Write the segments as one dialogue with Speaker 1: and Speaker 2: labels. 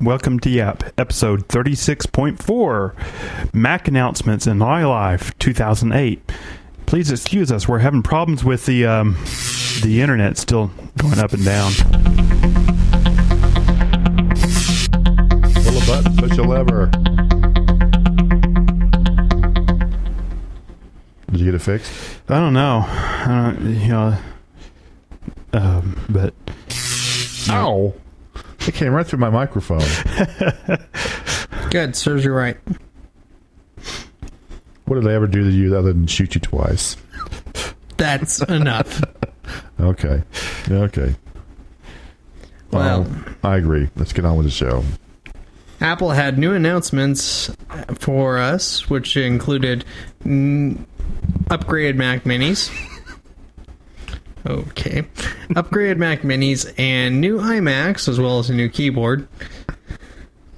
Speaker 1: Welcome to Yap, episode 36.4 Mac announcements in my life 2008. Please excuse us, we're having problems with the um, the internet still going up and down.
Speaker 2: Pull a button, push a lever. Did you get it fixed?
Speaker 1: I don't know. I don't, you know um, but
Speaker 2: Ow! It came right through my microphone.
Speaker 3: Good, serves you right.
Speaker 2: What did I ever do to you other than shoot you twice?
Speaker 3: That's enough.
Speaker 2: Okay. Yeah, Okay.
Speaker 3: Well,
Speaker 2: Um, I agree. Let's get on with the show.
Speaker 3: Apple had new announcements for us, which included mm, upgraded Mac Minis. Okay. upgraded Mac Minis and new iMacs, as well as a new keyboard.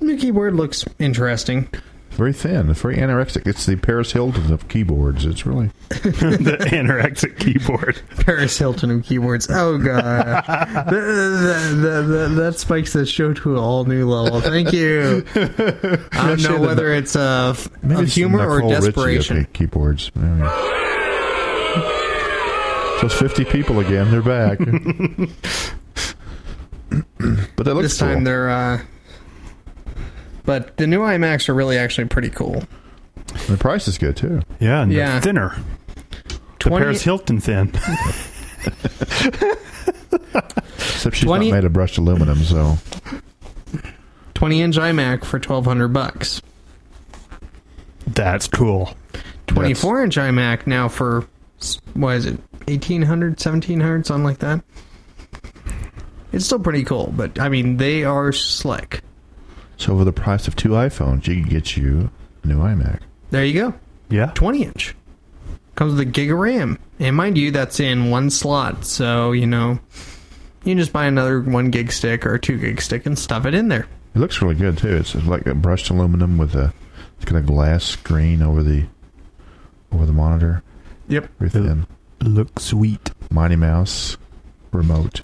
Speaker 3: New keyboard looks interesting.
Speaker 2: Very thin. It's very anorexic. It's the Paris Hilton of keyboards. It's really.
Speaker 1: the anorexic keyboard.
Speaker 3: Paris Hilton of keyboards. Oh god, that, that- that- that spikes the show to an all new level. Thank you. I don't know whether it's uh, f- of
Speaker 2: Maybe it's the
Speaker 3: humor or
Speaker 2: Nicole Richie of
Speaker 3: desperation.
Speaker 2: the keyboards. Yeah. So it's 50 people again. They're back. but that looks
Speaker 3: This time
Speaker 2: cool.
Speaker 3: they're. Uh, but the new iMacs are really actually pretty cool.
Speaker 2: The price is good too.
Speaker 1: Yeah, and
Speaker 3: Yeah.
Speaker 1: the thinner. The
Speaker 3: 20
Speaker 1: Paris Hilton thin.
Speaker 2: Except she's
Speaker 3: 20
Speaker 2: not made of brushed aluminum, so
Speaker 3: 20 inch iMac for twelve hundred bucks.
Speaker 1: That's cool.
Speaker 3: Twenty four inch iMac now for s- what is it? 1800 1700 something like that it's still pretty cool but i mean they are slick
Speaker 2: So for the price of two iPhones, you can get you a new iMac.
Speaker 3: there you go
Speaker 1: Yeah.
Speaker 3: 20 inch. Comes with a gig of RAM. And mind you, that's in one slot. So, you know, you can just buy another one gig stick or two gig stick and stuff it in there.
Speaker 2: It looks really good too. It's like a brushed aluminum with a it's got a glass screen over the over the monitor.
Speaker 3: Yep.
Speaker 2: Very thin.
Speaker 1: Look sweet.
Speaker 2: Mighty Mouse remote.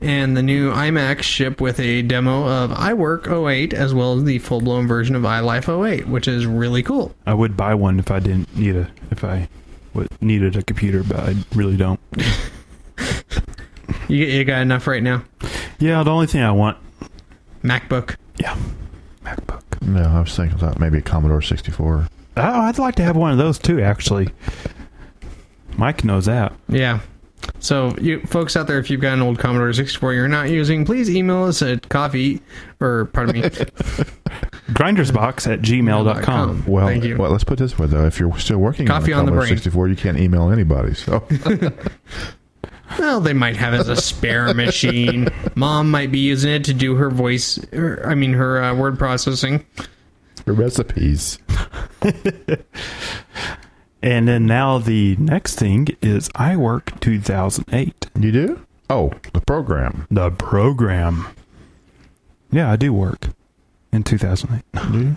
Speaker 3: And the new iMac ship with a demo of iWork 08 as well as the full blown version of iLife 08, which is really cool.
Speaker 1: I would buy one if I didn't need a if I would, needed a computer, but I really don't.
Speaker 3: You, you got enough right now?
Speaker 1: Yeah, the only thing I want
Speaker 3: MacBook.
Speaker 1: Yeah, MacBook.
Speaker 2: No, I was thinking about maybe a Commodore sixty four.
Speaker 1: Oh, I'd like to have one of those too. Actually, Mike knows that.
Speaker 3: Yeah. So, you folks out there, if you've got an old Commodore 64 you're not using, please email us at coffee, or pardon me,
Speaker 1: Grindersbox at gmail.com.
Speaker 2: Well,
Speaker 3: Thank you.
Speaker 2: well, let's put it this way though: if you're still working
Speaker 3: Coffee
Speaker 2: on a
Speaker 3: on the
Speaker 2: Commodore
Speaker 3: brain.
Speaker 2: sixty four, you can't email anybody. So
Speaker 3: Well, they might have it as a spare machine. Mom might be using it to do her voice, her, I mean, her uh, word processing.
Speaker 2: the recipes.
Speaker 1: And then now the next thing is iWork 2008,
Speaker 2: You do? Oh, the program.
Speaker 1: the program. Yeah, I do work in 2008.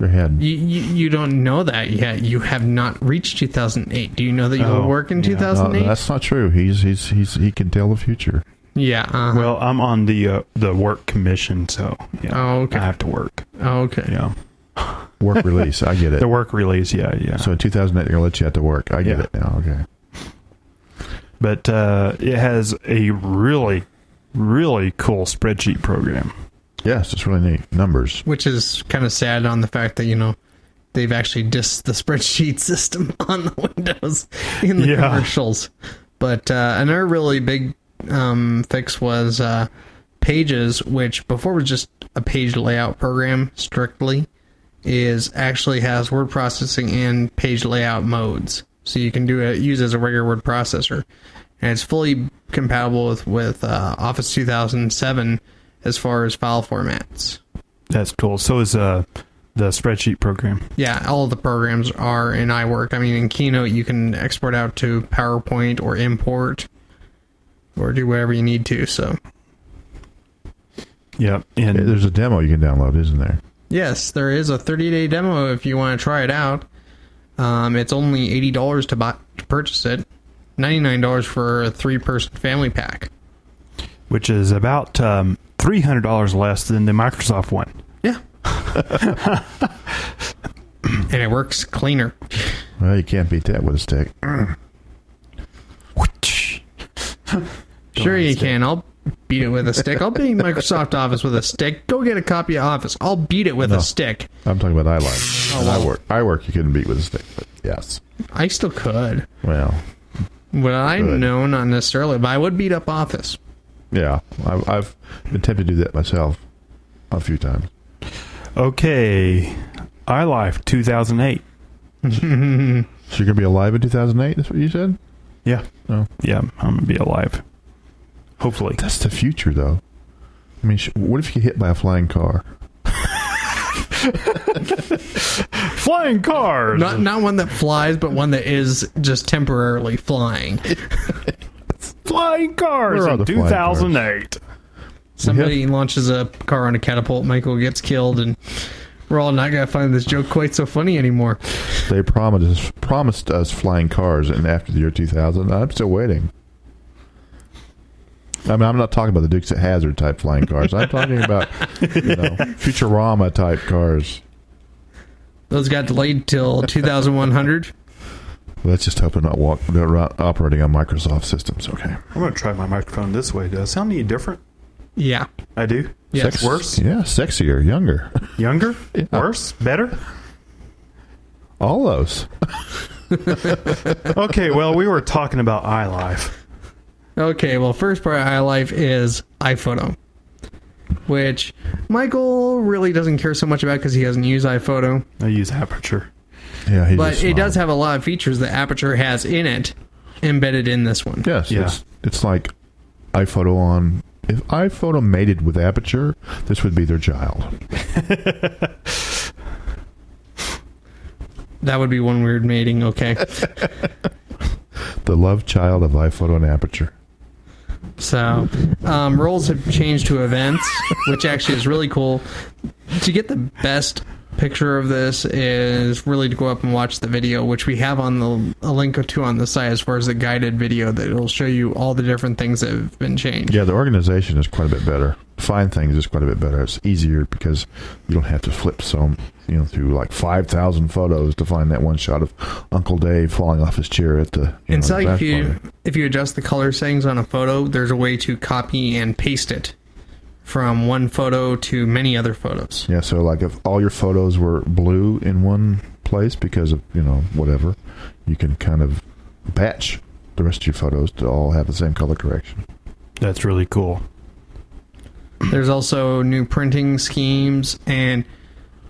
Speaker 2: Your head.
Speaker 3: You, you, you don't know that yet. You have not reached 2008. Do you know that you
Speaker 1: Oh,
Speaker 3: will work in
Speaker 1: yeah.
Speaker 2: No,
Speaker 3: 2008?
Speaker 2: that's not true. He's he's he's he can tell the future.
Speaker 3: yeah. uh
Speaker 1: Well, I'm on the uh, the work commission, so yeah,
Speaker 3: Oh, okay.
Speaker 1: I have to work.
Speaker 3: okay.
Speaker 1: Yeah,
Speaker 2: Work release. I get it.
Speaker 1: the work release. Yeah, yeah.
Speaker 2: So in 2008, they're gonna let you out to work. I get
Speaker 1: Yeah.
Speaker 2: it now. Okay.
Speaker 1: but uh, it has a really, really cool spreadsheet program.
Speaker 2: Yes, it's really neat. Numbers.
Speaker 3: Which is kind of sad on the fact that, you know, they've actually dissed the spreadsheet system on the Windows in the
Speaker 1: Yeah.
Speaker 3: commercials. But uh, another really big um, fix was uh, Pages, which before was just a page layout program strictly, is actually has word processing and page layout modes, so you can do it use it as a regular word processor, and it's fully compatible with with uh, Office 2007 as far as file formats.
Speaker 1: That's cool. So is uh the spreadsheet program.
Speaker 3: Yeah, all the programs are in iWork. I mean, in Keynote, you can export out to PowerPoint or import or do whatever you need to. So,
Speaker 1: Yep. And
Speaker 2: Eh, There's a demo you can download, isn't there?
Speaker 3: yes, there is a 30 day demo if you want to try it out. Um, it's only $80 to, buy, to purchase it, $99 for a three person family pack.
Speaker 1: which is about um, three hundred dollars less than the Microsoft one.
Speaker 3: Yeah. and it works cleaner.
Speaker 2: Well, you can't beat that with a stick.
Speaker 3: Sure, you can. I'll beat it with a stick. I'll beat Microsoft Office with a stick. Go get a copy of Office. I'll beat it with
Speaker 2: No.
Speaker 3: a stick.
Speaker 2: I'm talking about iLife.
Speaker 3: Oh,
Speaker 2: And
Speaker 3: wow.
Speaker 2: I work. I work. You couldn't beat with a stick. But yes.
Speaker 3: I still could.
Speaker 2: Well,
Speaker 3: Would I?
Speaker 2: Good.
Speaker 3: No, not necessarily. But I would beat up Office.
Speaker 2: yeah. I've, I've been tempted to do that myself a few times.
Speaker 1: Okay, iLife 2008.
Speaker 2: So you're gonna be alive in 2008. That's what you said.
Speaker 1: Yeah.
Speaker 2: Oh.
Speaker 1: Yeah, I'm gonna be alive. Hopefully.
Speaker 2: That's the future, though. I mean, sh- what if you get hit by a flying car?
Speaker 1: Flying cars.
Speaker 3: Not not one that flies, but one that is just temporarily flying.
Speaker 1: flying cars
Speaker 2: Where are
Speaker 1: in
Speaker 2: the flying cars?
Speaker 1: 2008.
Speaker 3: Somebody launches a car on a catapult. Michael gets killed, and we're all not gonna find this joke quite so funny anymore.
Speaker 2: They promised us, promised us flying cars, and after the year 2000, I'm still waiting. I mean, I'm not talking about the Dukes of Hazard type flying cars. I'm talking about you know, Futurama type cars.
Speaker 3: Those got delayed till 2100.
Speaker 2: Let's just hope they're not walk. They're not operating on Microsoft systems. Okay.
Speaker 1: I'm gonna try my microphone this way. Does it sound any different?
Speaker 3: Yeah.
Speaker 1: I do.
Speaker 3: Yes.
Speaker 1: Sex worse,
Speaker 2: Yeah, sexier, younger,
Speaker 1: younger,
Speaker 2: Yeah.
Speaker 1: worse, better.
Speaker 2: all those.
Speaker 1: Okay, well, we were talking about iLife.
Speaker 3: Okay, well, first part of iLife is iPhoto, which Michael really doesn't care so much about because he doesn't use iPhoto,
Speaker 1: I use Aperture.
Speaker 2: Yeah, he
Speaker 3: but
Speaker 2: just
Speaker 3: it does
Speaker 2: smiled.
Speaker 3: have a lot of features that Aperture has in it embedded in this one.
Speaker 2: Yes,
Speaker 1: Yeah.
Speaker 2: it's it's like iPhoto on. If iPhoto mated with Aperture, this would be their child.
Speaker 3: That would be one weird mating, okay?
Speaker 2: The love child of iPhoto and Aperture.
Speaker 3: so, um, roles have changed to events, which actually is really cool. To get the best picture of this is really to go up and watch the video, which we have on the a link to on the site as far as the guided video that will show you all the different things that have been changed.
Speaker 2: Yeah, the organization is quite a bit better. Find things is quite a bit better. It's easier because you don't have to flip so you know through like five thousand photos to find that one shot of Uncle Dave falling off his chair at the. you know,
Speaker 3: And so
Speaker 2: the
Speaker 3: if
Speaker 2: bash
Speaker 3: you
Speaker 2: party.
Speaker 3: if you adjust the color settings on a photo, there's a way to copy and paste it from one photo to many other photos.
Speaker 2: Yeah, so like if all your photos were blue in one place because of you know whatever, you can kind of batch the rest of your photos to all have the same color correction.
Speaker 1: That's really cool.
Speaker 2: Hmm.
Speaker 3: There's also new printing schemes and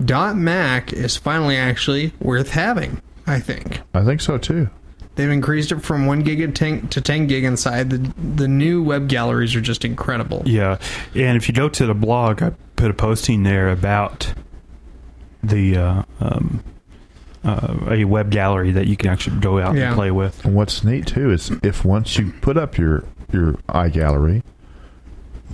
Speaker 3: dot mac is finally actually worth having, I think.
Speaker 2: I think so too.
Speaker 3: They've increased it from 1 gig to 10, to 10 gig inside. The the new web galleries are just incredible.
Speaker 1: Yeah, and if you go to the blog, I put a posting there about the uh, um, uh, a web gallery that you can actually go out
Speaker 3: Yeah.
Speaker 1: and play with.
Speaker 2: And what's neat too is if once you put up your your iGallery,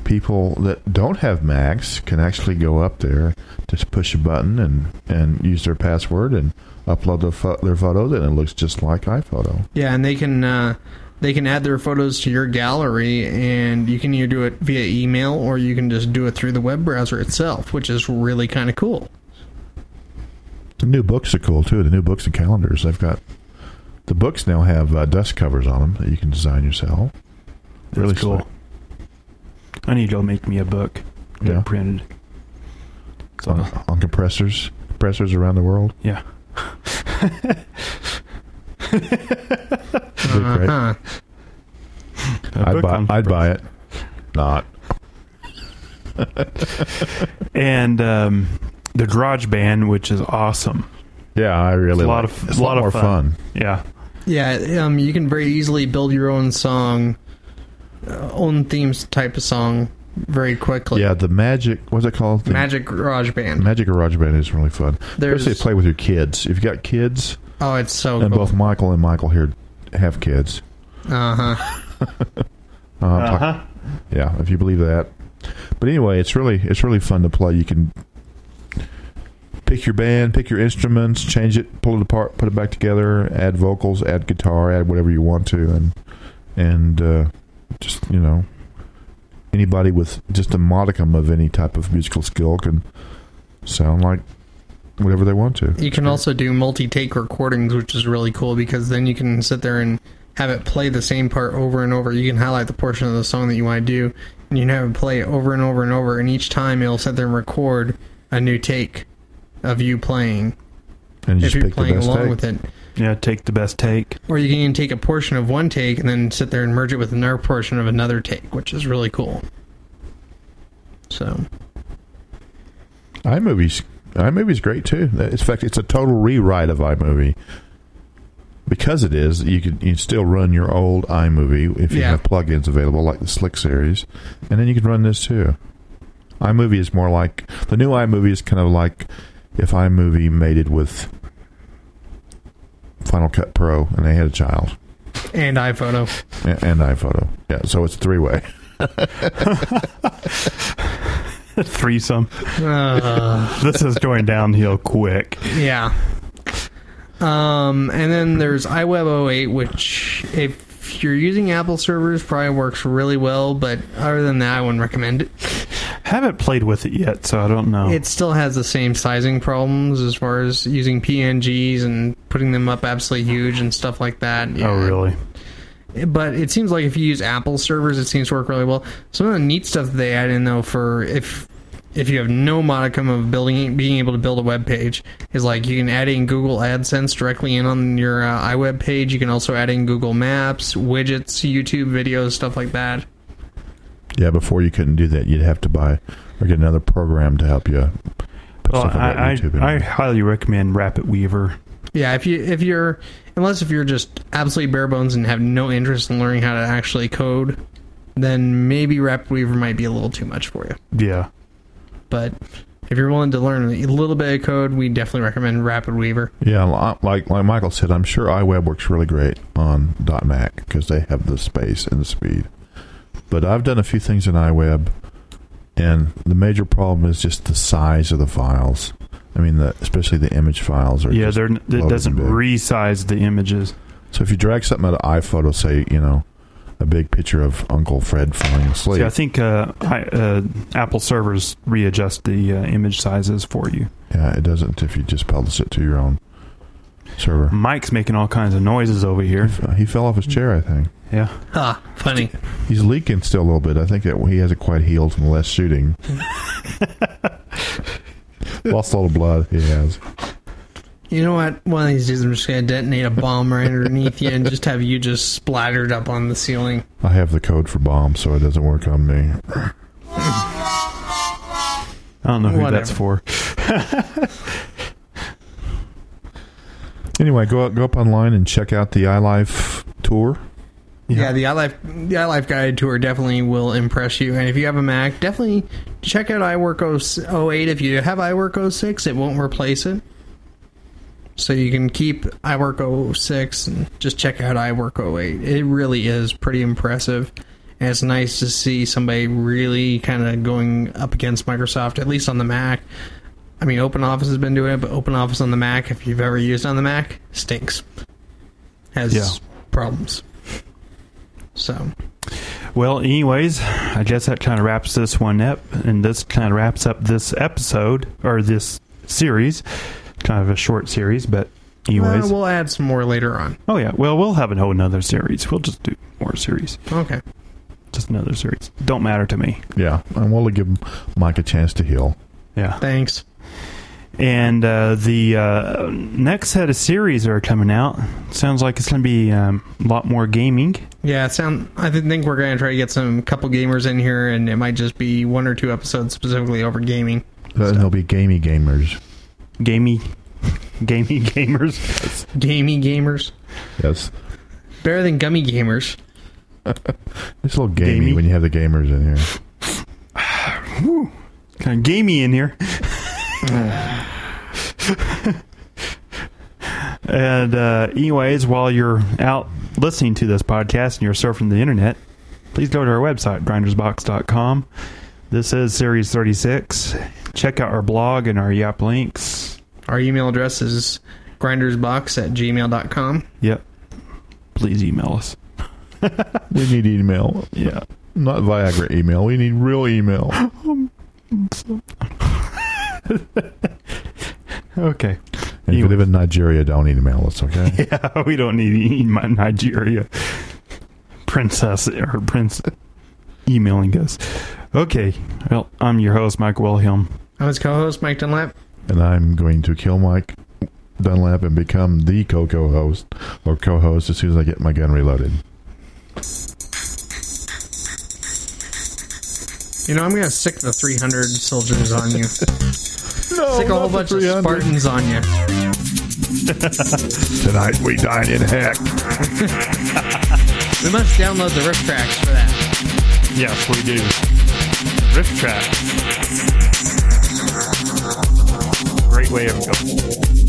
Speaker 2: people that don't have Macs can actually go up there, just push a button and and use their password and upload their, pho- their photos, and it looks just like iPhoto.
Speaker 3: Yeah, and they can uh, they can add their photos to your gallery, and you can either do it via email or you can just do it through the web browser itself, which is really kind of cool.
Speaker 2: The new books are cool too. The new books and calendars they've got. The books now have uh, dust covers on them that you can design yourself.
Speaker 1: That's cool.
Speaker 2: slick.
Speaker 1: I need to go make me a book get
Speaker 2: Yeah.
Speaker 1: printed. So
Speaker 2: on, on compressors, compressors around the world.
Speaker 1: yeah,
Speaker 2: It'd be great.
Speaker 3: Uh-huh.
Speaker 1: A
Speaker 2: I'd
Speaker 1: book
Speaker 2: buy.
Speaker 1: on-
Speaker 2: I'd buy it. Not.
Speaker 1: and um, the Garage Band, which is awesome.
Speaker 2: Yeah, I really
Speaker 1: It's a lot
Speaker 2: like-
Speaker 1: of-
Speaker 2: it's a lot,
Speaker 1: lot of
Speaker 2: more
Speaker 1: fun.
Speaker 2: fun.
Speaker 1: Yeah,
Speaker 3: Yeah, um, you can very easily build your own song, uh, own themes type of song, very quickly.
Speaker 2: Yeah, the magic. What's it called? The
Speaker 3: Magic Garage Band.
Speaker 2: Magic Garage Band is really fun.
Speaker 3: There's-
Speaker 2: Especially play with your kids. If you got kids,
Speaker 3: Oh, it's so
Speaker 2: and
Speaker 3: cool.
Speaker 2: both Michael and Michael here have kids.
Speaker 3: Uh huh.
Speaker 2: Uh,
Speaker 1: Uh-huh.
Speaker 2: I'm talk- yeah, if you believe that. But anyway, it's really it's really fun to play. You can pick your band, pick your instruments, change it, pull it apart, put it back together, add vocals, add guitar, add whatever you want to, and and uh, just you know anybody with just a modicum of any type of musical skill can sound like whatever they want to.
Speaker 3: You can also do multi-take recordings, which is really cool because then you can sit there and have it play the same part over and over. You can highlight the portion of the song that you want to do, and you can have it play it over and over and over. And each time, it'll sit there and record a new take of you playing
Speaker 2: and you
Speaker 3: if
Speaker 2: just
Speaker 3: you're
Speaker 2: pick the
Speaker 3: playing
Speaker 2: best
Speaker 3: along
Speaker 2: take.
Speaker 3: with it.
Speaker 1: Yeah, take the best take.
Speaker 3: Or you can even take a portion of one take and then sit there and merge it with another portion of another take, which is really cool. So
Speaker 2: iMovie's iMovie's great too. In fact, it's a total rewrite of iMovie. Because it is, you can you can still run your old iMovie if you
Speaker 3: Yeah.
Speaker 2: have plugins available like the Slick series, and then you can run this too. iMovie is more like the new iMovie is kind of like if iMovie mated with Final Cut Pro and they had a child
Speaker 3: and iPhoto.
Speaker 2: and, and iPhoto. Yeah, so it's three way.
Speaker 1: Threesome.
Speaker 3: Uh,
Speaker 1: This is going downhill quick.
Speaker 3: Yeah. Um, and then there's iWeb 08, which if you're using Apple servers, probably works really well. But other than that, I wouldn't recommend it.
Speaker 1: Haven't played with it yet, so I don't know.
Speaker 3: It still has the same sizing problems as far as using PNGs and putting them up absolutely huge and stuff like that.
Speaker 1: oh,
Speaker 3: Yeah.
Speaker 1: really?
Speaker 3: But it seems like if you use Apple servers, it seems to work really well. Some of the neat stuff that they add in though for if if you have no modicum of building being able to build a web page is like you can add in Google AdSense directly in on your uh, iWeb page. You can also add in Google Maps, widgets, YouTube videos, stuff like that.
Speaker 2: Yeah, before you couldn't do that, you'd have to buy or get another program to help you. put
Speaker 1: Well,
Speaker 2: stuff up on
Speaker 1: Oh, I,
Speaker 2: YouTube and
Speaker 1: I, I highly recommend Rapid Weaver.
Speaker 3: Yeah, if you if you're unless if you're just absolutely bare bones and have no interest in learning how to actually code, then maybe RapidWeaver might be a little too much for you.
Speaker 1: Yeah.
Speaker 3: but if you're willing to learn a little bit of code, we definitely recommend Rapid Weaver.
Speaker 2: Yeah, li- like like Michael said, I'm sure iWeb works really great on .Mac because they have the space and the speed. But I've done a few things in iWeb, and the major problem is just the size of the files. I mean, the, especially the image files. Are
Speaker 1: Yeah,
Speaker 2: just-
Speaker 1: they're, n-
Speaker 2: loaded
Speaker 1: it doesn't
Speaker 2: and big.
Speaker 1: resize the images.
Speaker 2: so if you drag something out of iPhoto, say you know, a big picture of Uncle Fred falling asleep.
Speaker 1: See, I think uh, I, uh, Apple servers readjust the uh, image sizes for you.
Speaker 2: yeah, it doesn't if you just publish it to your own server.
Speaker 1: Mike's making all kinds of noises over
Speaker 2: He
Speaker 1: here.
Speaker 2: f- He fell off his chair, I think.
Speaker 1: Yeah.
Speaker 3: Ah, funny.
Speaker 2: He's leaking still a little bit. I think that he hasn't quite healed from the last shooting. Lost a lot of blood. He has.
Speaker 3: You know what? One of these days, I'm just gonna detonate a bomb right underneath you and just have you just splattered up on the ceiling.
Speaker 2: I have the code for bomb, so it doesn't work on me.
Speaker 1: I don't know who that's for.
Speaker 2: Anyway, go out, go up online and check out the iLife tour.
Speaker 3: Yeah, the iLife the iLife Guide Tour definitely will impress you. And if you have a Mac, definitely check out iWork 08. If you have iWork 06, it won't replace it. So you can keep iWork 06 and just check out iWork 08. It really is pretty impressive. And it's nice to see somebody really kind of going up against Microsoft, at least on the Mac. I mean, OpenOffice has been doing it, but OpenOffice on the Mac, if you've ever used it on the Mac, stinks. Has
Speaker 1: Yeah.
Speaker 3: problems. So,
Speaker 1: Well, anyways, I guess that kind of wraps this one up, and this kind of wraps up this episode or this series. Kind of a short series, but anyways.
Speaker 3: Uh, we'll add some more later on.
Speaker 1: oh yeah. Well, we'll have a whole another series. We'll just do more series.
Speaker 3: Okay.
Speaker 1: Just another series. Don't matter to me.
Speaker 2: Yeah, and we'll give Mike a chance to heal.
Speaker 1: Yeah.
Speaker 3: Thanks.
Speaker 1: And uh, the uh, next set of series are coming out. Sounds like it's going to be um, a lot more gaming.
Speaker 3: Yeah, it sound. I thi- think we're gonna try to get some couple gamers in here, and it might just be one or two episodes specifically over gaming.
Speaker 2: Then there'll be gamey gamers.
Speaker 1: Gamey. Gamey gamers.
Speaker 3: Gamey gamers,
Speaker 2: Yes,
Speaker 3: better than gummy gamers.
Speaker 2: it's a little gamey,
Speaker 1: Gamey?
Speaker 2: when you have the gamers in here.
Speaker 1: Kind of gamey in here. and uh, anyways, while you're out listening to this podcast and you're surfing the internet, please go to our website, grindersbox.com. This is Series 36. Check out our blog and our Yap links.
Speaker 3: Our email address is grindersbox at gmail.com.
Speaker 1: Yep. Please email us.
Speaker 2: We need email.
Speaker 1: Yeah.
Speaker 2: Not Viagra email. We need real email.
Speaker 1: Okay.
Speaker 2: And if you live in Nigeria, don't email us, okay?
Speaker 1: Yeah, we don't need e- my Nigeria princess or prince emailing us. Okay. Well, I'm your host, Mike Wilhelm.
Speaker 3: I'm his co-host Mike Dunlap.
Speaker 2: and I'm going to kill Mike Dunlap and become the co co host or co host as soon as I get my gun reloaded.
Speaker 3: You know I'm gonna sick the 300 soldiers on you. sick
Speaker 2: No,
Speaker 3: a whole bunch of Spartans on you.
Speaker 2: Tonight we dine in heck.
Speaker 3: We must download the riff tracks for that.
Speaker 1: Yes, we do. Riff track. Great way of going.